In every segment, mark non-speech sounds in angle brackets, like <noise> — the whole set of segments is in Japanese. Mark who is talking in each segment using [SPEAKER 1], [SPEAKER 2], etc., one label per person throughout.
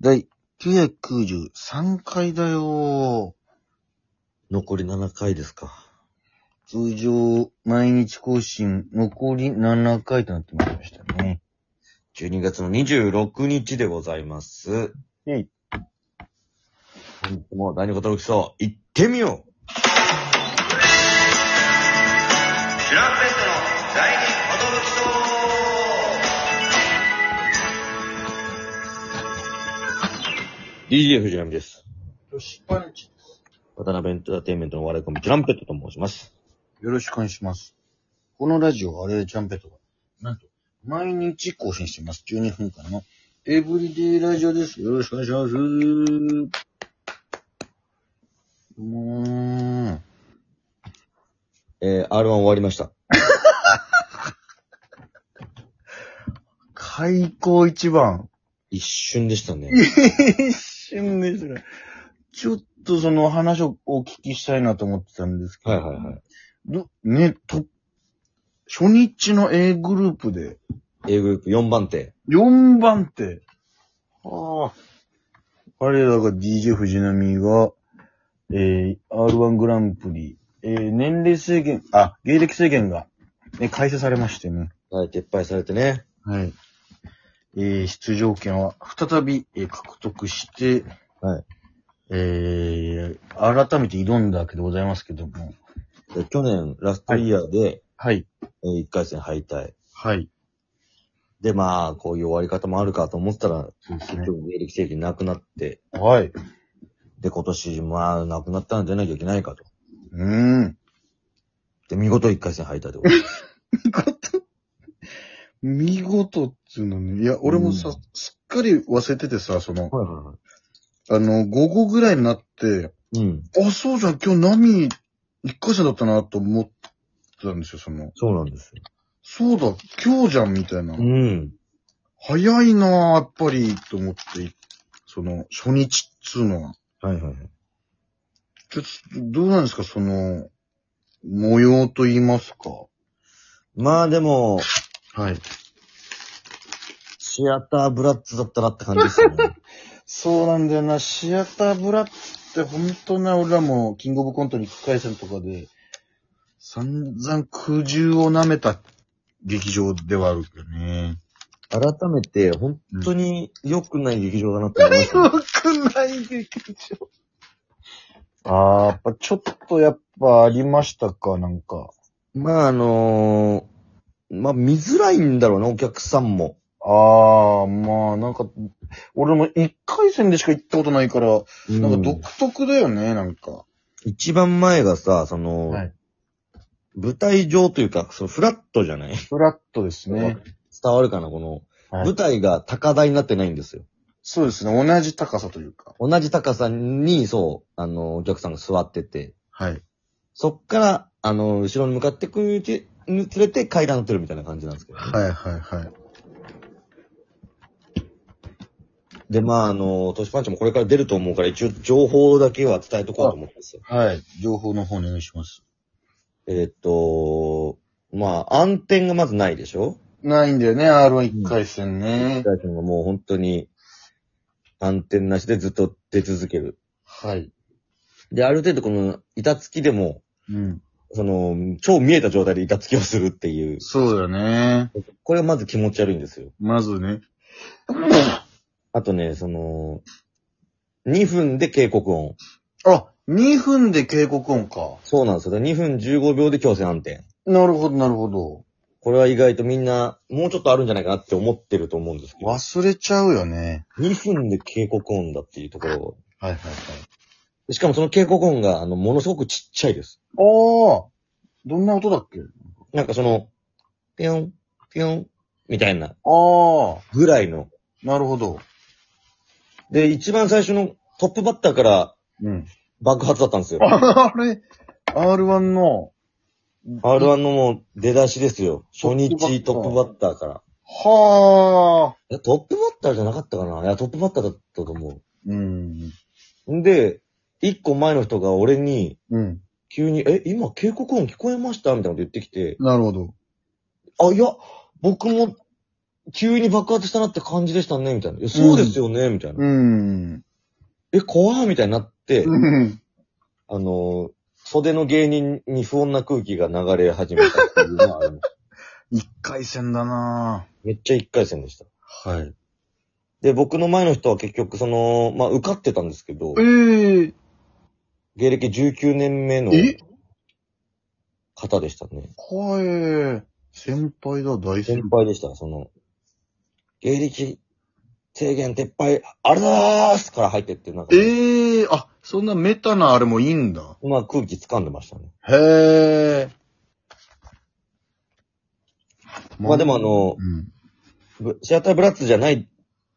[SPEAKER 1] 第993回だよ
[SPEAKER 2] 残り7回ですか。
[SPEAKER 1] 通常、毎日更新、残り7回となってまいりましたね。
[SPEAKER 2] 12月の26日でございます。
[SPEAKER 1] はい。
[SPEAKER 2] 本日も第二型の基礎、行ってみよう
[SPEAKER 3] シュランペストの第二
[SPEAKER 2] !DJ 藤波です。
[SPEAKER 1] よし、パンチ。
[SPEAKER 2] 渡辺エンターテインメントの笑い込み、チュランペットと申します。
[SPEAKER 1] よろしくお願いします。このラジオ、あれチャンペットが、なんと、毎日更新してます。12分間の、エブリデイラジオです。よろしくお願いします。もうーん。
[SPEAKER 2] えー、R1 終わりました。
[SPEAKER 1] <laughs> 開口一番。
[SPEAKER 2] 一瞬でしたね。
[SPEAKER 1] 一瞬ですね。ちょっとその話をお聞きしたいなと思ってたんですけど。
[SPEAKER 2] はいはいはい。
[SPEAKER 1] どね、と、初日の A グループで
[SPEAKER 2] A グループ4番手。
[SPEAKER 1] 4番手。ああ。我らが DJ 藤波が、えー、R1 グランプリ、えー、年齢制限、あ、芸歴制限が、ね、改正されましてね。
[SPEAKER 2] はい、撤廃されてね。
[SPEAKER 1] はい。えー、出場権は再び、えー獲得して、
[SPEAKER 2] はい。
[SPEAKER 1] えー、改めて挑んだわけでございますけども。
[SPEAKER 2] で去年、ラストイヤーで、
[SPEAKER 1] はい。
[SPEAKER 2] え1回戦敗退。
[SPEAKER 1] はい。
[SPEAKER 2] で、まあ、こういう終わり方もあるかと思ってたら、
[SPEAKER 1] そうです
[SPEAKER 2] 結。局、芸歴制限なくなって、
[SPEAKER 1] はい。
[SPEAKER 2] で、今年、まあ、なくなったんじゃなきゃいけないかと。
[SPEAKER 1] うーん。
[SPEAKER 2] で、見事1回戦敗退でございます。
[SPEAKER 1] 見事っつうのね。いや、俺もさ、
[SPEAKER 2] うん
[SPEAKER 1] すっかり忘れててさ、そ <laughs> の、
[SPEAKER 2] はいはいは
[SPEAKER 1] あの、午後ぐらいになって、
[SPEAKER 2] い。うん。
[SPEAKER 1] あ、そうじゃん、今日何、一回戦だったなと思ってたんですよ、その。
[SPEAKER 2] そうなんですよ。
[SPEAKER 1] そうだ、今日じゃん、みたいな。
[SPEAKER 2] うん。
[SPEAKER 1] 早いなぁ、やっぱり、と思って、その、初日っつうのは。
[SPEAKER 2] はいはいはい。
[SPEAKER 1] ちょっと、どうなんですか、その、模様と言いますか。
[SPEAKER 2] まあでも、
[SPEAKER 1] はい。
[SPEAKER 2] シアターブラッツだったなって感じですよね。
[SPEAKER 1] そうなんだよな、シアターブラッツって本当ね、俺らも、キングオブコントに1回戦とかで、散々苦渋を舐めた劇場ではあるけどね。
[SPEAKER 2] 改めて、本当に良くない劇場だなって思いましたね、
[SPEAKER 1] くない劇場。あー、やっぱちょっとやっぱありましたか、なんか。
[SPEAKER 2] まああのーまあ見づらいんだろうね、お客さんも。
[SPEAKER 1] ああ、まあ、なんか、俺も一回戦でしか行ったことないから、なんか
[SPEAKER 2] うん
[SPEAKER 1] 独特だよね、なんか。
[SPEAKER 2] 一番前がさ、その、
[SPEAKER 1] はい
[SPEAKER 2] 舞台上というか、そのフラットじゃない <laughs>
[SPEAKER 1] フラットですね。
[SPEAKER 2] 伝わるかな、この、
[SPEAKER 1] はい
[SPEAKER 2] 舞台が高台になってないんですよ。
[SPEAKER 1] そうですね、同じ高さというか。
[SPEAKER 2] 同じ高さに、そう、あの、お客さんが座ってて、
[SPEAKER 1] はい。
[SPEAKER 2] そっから、あの、後ろに向かってくにつにつれて階段を取るみたいな感じなんですけ
[SPEAKER 1] <laughs>
[SPEAKER 2] ど、ね。
[SPEAKER 1] はいはいはい。
[SPEAKER 2] で、まあ、あの、トシパンチもこれから出ると思うから、一応情報だけは伝えとこうと思ってんですよ。
[SPEAKER 1] はい。情報の方お願いします。
[SPEAKER 2] えーっと、まあ、暗転がまずないでしょ
[SPEAKER 1] ないんだよね、R11 回戦ね。
[SPEAKER 2] 大臣がもう本当に、暗転なしでずっと出続ける。
[SPEAKER 1] はい。
[SPEAKER 2] で、ある程度この、板付きでも、
[SPEAKER 1] うん。
[SPEAKER 2] その、超見えた状態で板付きをするっていう。
[SPEAKER 1] そうだね。
[SPEAKER 2] これはまず気持ち悪いんですよ。
[SPEAKER 1] まずね。
[SPEAKER 2] あとね、その、2分で警告音。
[SPEAKER 1] あ、2分で警告音か。
[SPEAKER 2] そうなんですよ。2分15秒で強制暗転。
[SPEAKER 1] なるほどなるほど。
[SPEAKER 2] これは意外とみんな、もうちょっとあるんじゃないかなって思ってると思うんですけど、
[SPEAKER 1] 忘れちゃうよね。
[SPEAKER 2] 2分で警告音だっていうところ。
[SPEAKER 1] はいはいはい。
[SPEAKER 2] しかもその警告音が、あの、ものすごくちっちゃいです。
[SPEAKER 1] ああどんな音だっけ
[SPEAKER 2] なんかその、ぴょん、ぴょん、みたいな、
[SPEAKER 1] ああ
[SPEAKER 2] ぐらいの。
[SPEAKER 1] なるほど。
[SPEAKER 2] で、一番最初のトップバッターから
[SPEAKER 1] うん。
[SPEAKER 2] 爆発だったんですよ。
[SPEAKER 1] <laughs> あれ、R1 の、
[SPEAKER 2] R1 のもう出だしですよ。初
[SPEAKER 1] トッ
[SPEAKER 2] 日
[SPEAKER 1] プ
[SPEAKER 2] ト
[SPEAKER 1] バッター
[SPEAKER 2] ップバッターから。
[SPEAKER 1] はあ。
[SPEAKER 2] いや、トップバッターじゃなかったかないや、トップバッターだったと思
[SPEAKER 1] うん。
[SPEAKER 2] う。んで、一個前の人が俺に、
[SPEAKER 1] うん。
[SPEAKER 2] 急に、え、今警告音聞こえましたみたいなこと言ってきて、
[SPEAKER 1] なるほど。
[SPEAKER 2] あ、いや、僕も急に爆発したなって感じでしたね、みたいな。いやそうですよね、みたいな。
[SPEAKER 1] うん。
[SPEAKER 2] え、怖いみたいになって、
[SPEAKER 1] うん。
[SPEAKER 2] あの、袖の芸人に不穏な空気が流れ始めたっていうのはありました、
[SPEAKER 1] 一回戦だな
[SPEAKER 2] めっちゃ一回戦でした。
[SPEAKER 1] ぁ。はい。
[SPEAKER 2] で、僕の前の人は結局その、まあ、受かってたんですけど、
[SPEAKER 1] ええ
[SPEAKER 2] 芸歴19年目の
[SPEAKER 1] え
[SPEAKER 2] 方でしたね。
[SPEAKER 1] 怖い。先輩だ、大先
[SPEAKER 2] 先
[SPEAKER 1] 輩。
[SPEAKER 2] 輩でした、その、芸歴制限撤廃、あれだーすから入ってって、なんか、
[SPEAKER 1] ええあ、そんなメタなあれもいいんだ。
[SPEAKER 2] まあ空気掴んでましたね。
[SPEAKER 1] へえ。
[SPEAKER 2] まあでもあ、の、
[SPEAKER 1] うん。
[SPEAKER 2] ブシアターブラッツじゃない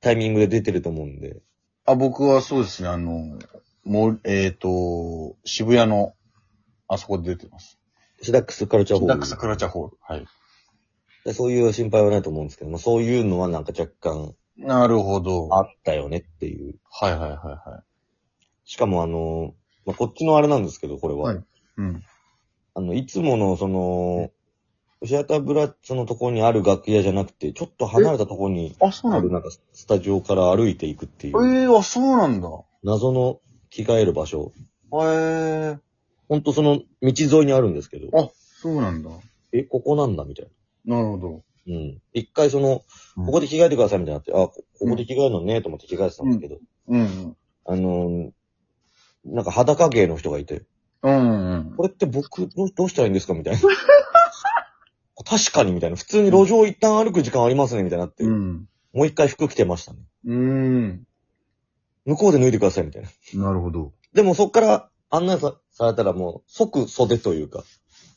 [SPEAKER 2] タイミングで出てると思うんで、
[SPEAKER 1] あ、僕はそうですね、あの、もう、えっ、と、渋谷の、あそこで出てます。
[SPEAKER 2] シダックスカルチャーホール。
[SPEAKER 1] ダックスクラチャホール。はい。
[SPEAKER 2] でそういう心配はないと思うんですけど、まあ、そういうのはなんか若干
[SPEAKER 1] なるほど。
[SPEAKER 2] あったよねっていう。
[SPEAKER 1] はいはいはいは
[SPEAKER 2] しかもあの、まあ、こっちのあれなんですけど、これは。
[SPEAKER 1] はいい。うん。
[SPEAKER 2] あの、いつものその、シアターブラッツのところにある楽屋じゃなくて、ちょっと離れたところに
[SPEAKER 1] あ、そう
[SPEAKER 2] あ
[SPEAKER 1] なん
[SPEAKER 2] る
[SPEAKER 1] だ。
[SPEAKER 2] なんかスタジオから歩いていくってい
[SPEAKER 1] え
[SPEAKER 2] う、
[SPEAKER 1] えあ、そうなんだ。
[SPEAKER 2] 謎の着替える場所。
[SPEAKER 1] へえ
[SPEAKER 2] ほんとその道沿いにあるんですけど、
[SPEAKER 1] あそうなんだ。
[SPEAKER 2] え、ここなんだみたいな。
[SPEAKER 1] なるほど。
[SPEAKER 2] うん。一回その、
[SPEAKER 1] うん
[SPEAKER 2] ここで着替えてくださいみたいになって、あ、こここで着替えるのねと思って着替えてたんだけど、
[SPEAKER 1] うん。
[SPEAKER 2] あのー、なんか裸芸の人がいて、
[SPEAKER 1] うん、うん。
[SPEAKER 2] これって僕どうどうしたらいいんですかみた
[SPEAKER 1] <laughs>
[SPEAKER 2] いな。確かにみたいな。普通に路上一旦歩く時間ありますねみたいになって、
[SPEAKER 1] うん。
[SPEAKER 2] もう一回服着てましたね。
[SPEAKER 1] うん。
[SPEAKER 2] 向こうで脱いでくださいみたいな。
[SPEAKER 1] なるほど。
[SPEAKER 2] でもそっから案内さされたらもう即袖というか。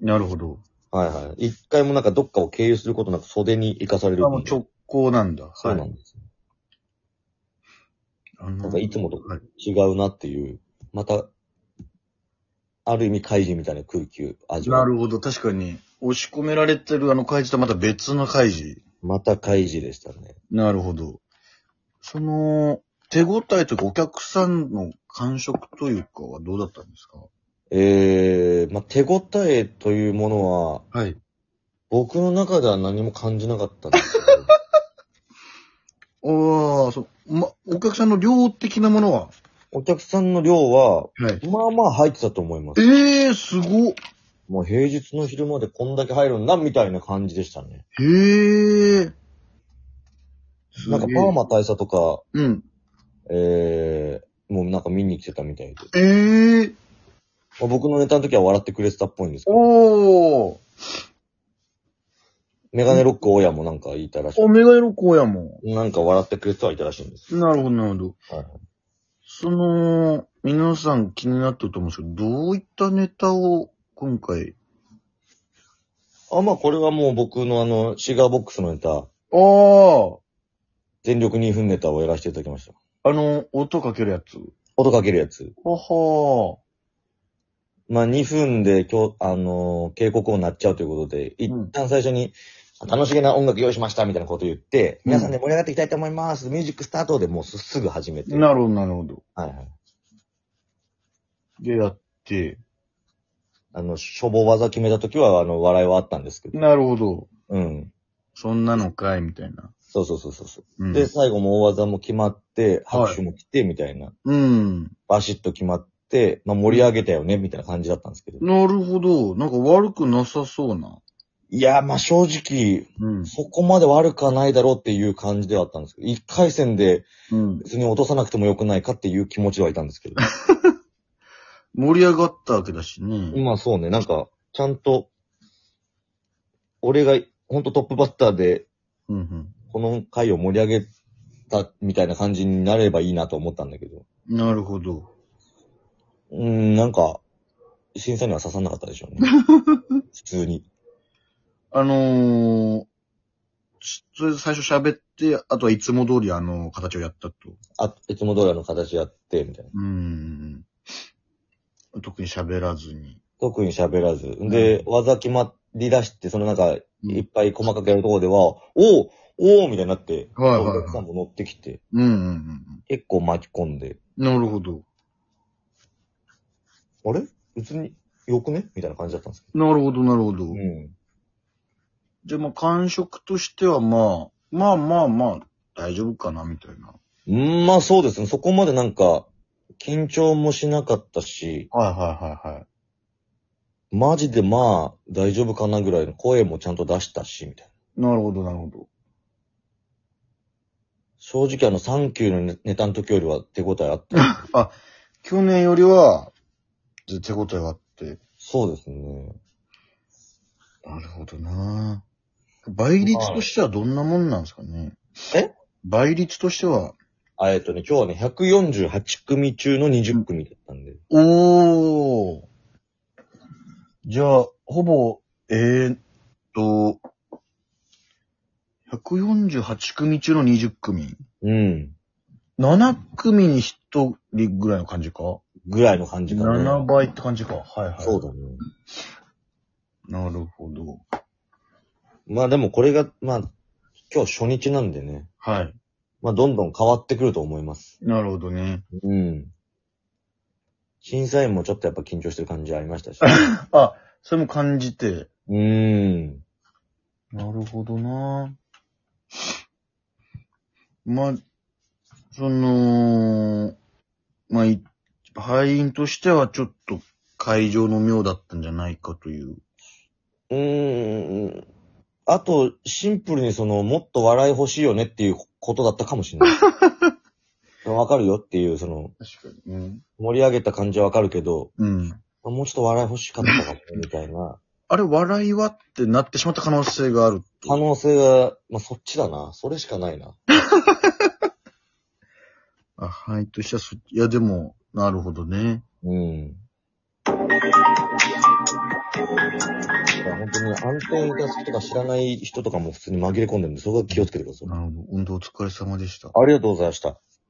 [SPEAKER 1] なるほど。
[SPEAKER 2] はいはい。一回もなんかどっかを経由することなく袖に行かされ
[SPEAKER 1] あ、
[SPEAKER 2] る。
[SPEAKER 1] もう直行なんだ。
[SPEAKER 2] そうな
[SPEAKER 1] はい
[SPEAKER 2] んです、
[SPEAKER 1] あの
[SPEAKER 2] なんかいつもと
[SPEAKER 1] はい。
[SPEAKER 2] 違うなっていう、また、ある意味怪人みたいな空気を味わ
[SPEAKER 1] な
[SPEAKER 2] う。
[SPEAKER 1] るほど。確かに、押し込められてるあの開示とまた別の開示。
[SPEAKER 2] また怪人でしたね。
[SPEAKER 1] なるほど。その、手応えというかお客さんの感触というかはどうだったんですか
[SPEAKER 2] えー、まあ、手応えというものは、
[SPEAKER 1] はい。
[SPEAKER 2] 僕の中では何も感じなかったんですけ
[SPEAKER 1] <laughs>
[SPEAKER 2] ど、
[SPEAKER 1] ああ、そう、ま、お客さんの量的なものは
[SPEAKER 2] お客さんの量は、
[SPEAKER 1] はい。
[SPEAKER 2] まあまあ入ってたと思います。
[SPEAKER 1] ええー、すごっ。
[SPEAKER 2] もう平日の昼までこんだけ入るんだ、みたいな感じでしたね。
[SPEAKER 1] へえ。すげ
[SPEAKER 2] な
[SPEAKER 1] え
[SPEAKER 2] んかパーマ大佐とか、
[SPEAKER 1] うん。
[SPEAKER 2] えー、もうなんか見に来てたみたいで。
[SPEAKER 1] ええー。
[SPEAKER 2] まあ、僕のネタの時は笑ってくれてたっぽいんですけど、
[SPEAKER 1] おー。
[SPEAKER 2] メガネロック大家もなんかいたらしい。
[SPEAKER 1] お、メガネの子やもん。
[SPEAKER 2] なんか笑ってくれてはいたらしいんです。
[SPEAKER 1] なるほど、なるほど。
[SPEAKER 2] はいはい
[SPEAKER 1] その、皆さん気になってると思うんですけど、どういったネタを今回。
[SPEAKER 2] あ、まあこれはもう僕のあの、シガーボックスのネタ、
[SPEAKER 1] ああ、
[SPEAKER 2] 全力2分ネタをやらせていただきました。
[SPEAKER 1] あの、音かけるやつ。
[SPEAKER 2] 音かけるやつ。
[SPEAKER 1] はは
[SPEAKER 2] まあ2分で今日、あのー警告音鳴っちゃうということで、一旦最初に、楽しげな音楽用意しましたみたいなこと言って、
[SPEAKER 1] うん
[SPEAKER 2] 皆さんで盛り上がっていきたいと思います。ミュージックスタートでもうすすぐ始めて。
[SPEAKER 1] なるほど、なるほど。
[SPEAKER 2] はいはい。
[SPEAKER 1] で、やって。
[SPEAKER 2] あの、処方技決めた時は、あの、笑いはあったんですけど。
[SPEAKER 1] なるほど。
[SPEAKER 2] うん。
[SPEAKER 1] そんなのかい、みたいな。
[SPEAKER 2] そうそうそうそうそう。
[SPEAKER 1] うん。
[SPEAKER 2] で、最後も大技も決まって、
[SPEAKER 1] はい
[SPEAKER 2] 拍手も来て、みたいな。
[SPEAKER 1] うん。
[SPEAKER 2] バシッと決まって、まあ盛り上げたよね、みたいな感じだったんですけど。
[SPEAKER 1] なるほど。なんか悪くなさそうな。
[SPEAKER 2] いや、まあ正直、
[SPEAKER 1] うん。
[SPEAKER 2] そこまで悪くはないだろうっていう感じではあったんですけど、一回戦で
[SPEAKER 1] うん。
[SPEAKER 2] 別に落とさなくてもよくないかっていう気持ちではいたんで
[SPEAKER 1] <laughs>
[SPEAKER 2] すけど。
[SPEAKER 1] 盛り上がったわけだしね。
[SPEAKER 2] まあそうね、なんか、ちゃんと、俺がほんとトップバッターで、
[SPEAKER 1] うんうん。
[SPEAKER 2] この回を盛り上げたみたいな感じになればいいなと思ったんだけど、
[SPEAKER 1] なるほど。
[SPEAKER 2] うーん、なんか、審査には刺さんなかったでしょう
[SPEAKER 1] <laughs>
[SPEAKER 2] ね。普通に。
[SPEAKER 1] あのー、ちそれで最初喋って、あとはいつも通りあの形をやったと。
[SPEAKER 2] あ、いつも通りあの形やって、みたいな。
[SPEAKER 1] うん。特に喋らずに。
[SPEAKER 2] 特に喋らず。で、技決まり出して、そのなんか、いっぱい細かくやるところでは、おおおおみたいになって、
[SPEAKER 1] はいはいはい
[SPEAKER 2] お客さんも乗ってきて、
[SPEAKER 1] うんうんうん
[SPEAKER 2] 結構巻き込んで、
[SPEAKER 1] うん。なるほど。
[SPEAKER 2] あれ別によくねみたいな感じだったんですけ
[SPEAKER 1] なるほど、なるほど。
[SPEAKER 2] ど。うん。
[SPEAKER 1] じゃあまあ感触としてはまあ、まあまあまあ、大丈夫かな、みたいな。
[SPEAKER 2] うんまあそうですね。そこまでなんか、緊張もしなかったし、
[SPEAKER 1] はいはいはいはい。
[SPEAKER 2] マジでまあ大丈夫かなぐらいの声もちゃんと出したし、みたいな。
[SPEAKER 1] なるほど、なるほど。
[SPEAKER 2] 正直あの、サンキューのネネタの時よりは手応えあ <laughs> った。
[SPEAKER 1] 去年よりは、ず手応えがあって。
[SPEAKER 2] そうですね。
[SPEAKER 1] なるほどな倍率としてはどんなもんなんですかね。
[SPEAKER 2] え
[SPEAKER 1] 倍率としては、
[SPEAKER 2] あ、えっとね、今日はね、148組中の20組だったんで。
[SPEAKER 1] おー。じゃあ、ほぼ、えー、っと、148組中の20組。
[SPEAKER 2] うん。
[SPEAKER 1] 7組に1人ぐらいの感じか
[SPEAKER 2] ぐらいの感じかな。
[SPEAKER 1] ?7 倍って感じか。はいはい。
[SPEAKER 2] そうだね。
[SPEAKER 1] なるほど。
[SPEAKER 2] まあでもこれが、まあ、今日初日なんでね。
[SPEAKER 1] はい。
[SPEAKER 2] まあどんどん変わってくると思います。
[SPEAKER 1] なるほどね。
[SPEAKER 2] うん。審査員もちょっとやっぱ緊張してる感じありま <laughs> したし。
[SPEAKER 1] あ、それも感じて。
[SPEAKER 2] うん。
[SPEAKER 1] なるほどなまあ、その、まあ、い敗因としてはちょっと会場の妙だったんじゃないかという。
[SPEAKER 2] うーん。あと、シンプルにその、もっと笑い欲しいよねっていうことだったかもしれ <laughs> ない。わかるよっていう、その、
[SPEAKER 1] 確かに。うん。
[SPEAKER 2] 盛り上げた感じはわかるけど、
[SPEAKER 1] うん。
[SPEAKER 2] もうちょっと笑い欲しかったかも、みたい <laughs> な。
[SPEAKER 1] あれ、笑いはってなってしまった可能性がある。
[SPEAKER 2] 可能性が、まあ、そっちだな。それしかないな。
[SPEAKER 1] あ、はい、としてはそ、いや、でも、なるほどね。
[SPEAKER 2] うん。だから本当に安定が好きとか知らない人とかも普通に紛れ込んでるんで、そこは気をつけてください。
[SPEAKER 1] なるほど。運動お疲れ様でした。
[SPEAKER 2] ありがとうございました。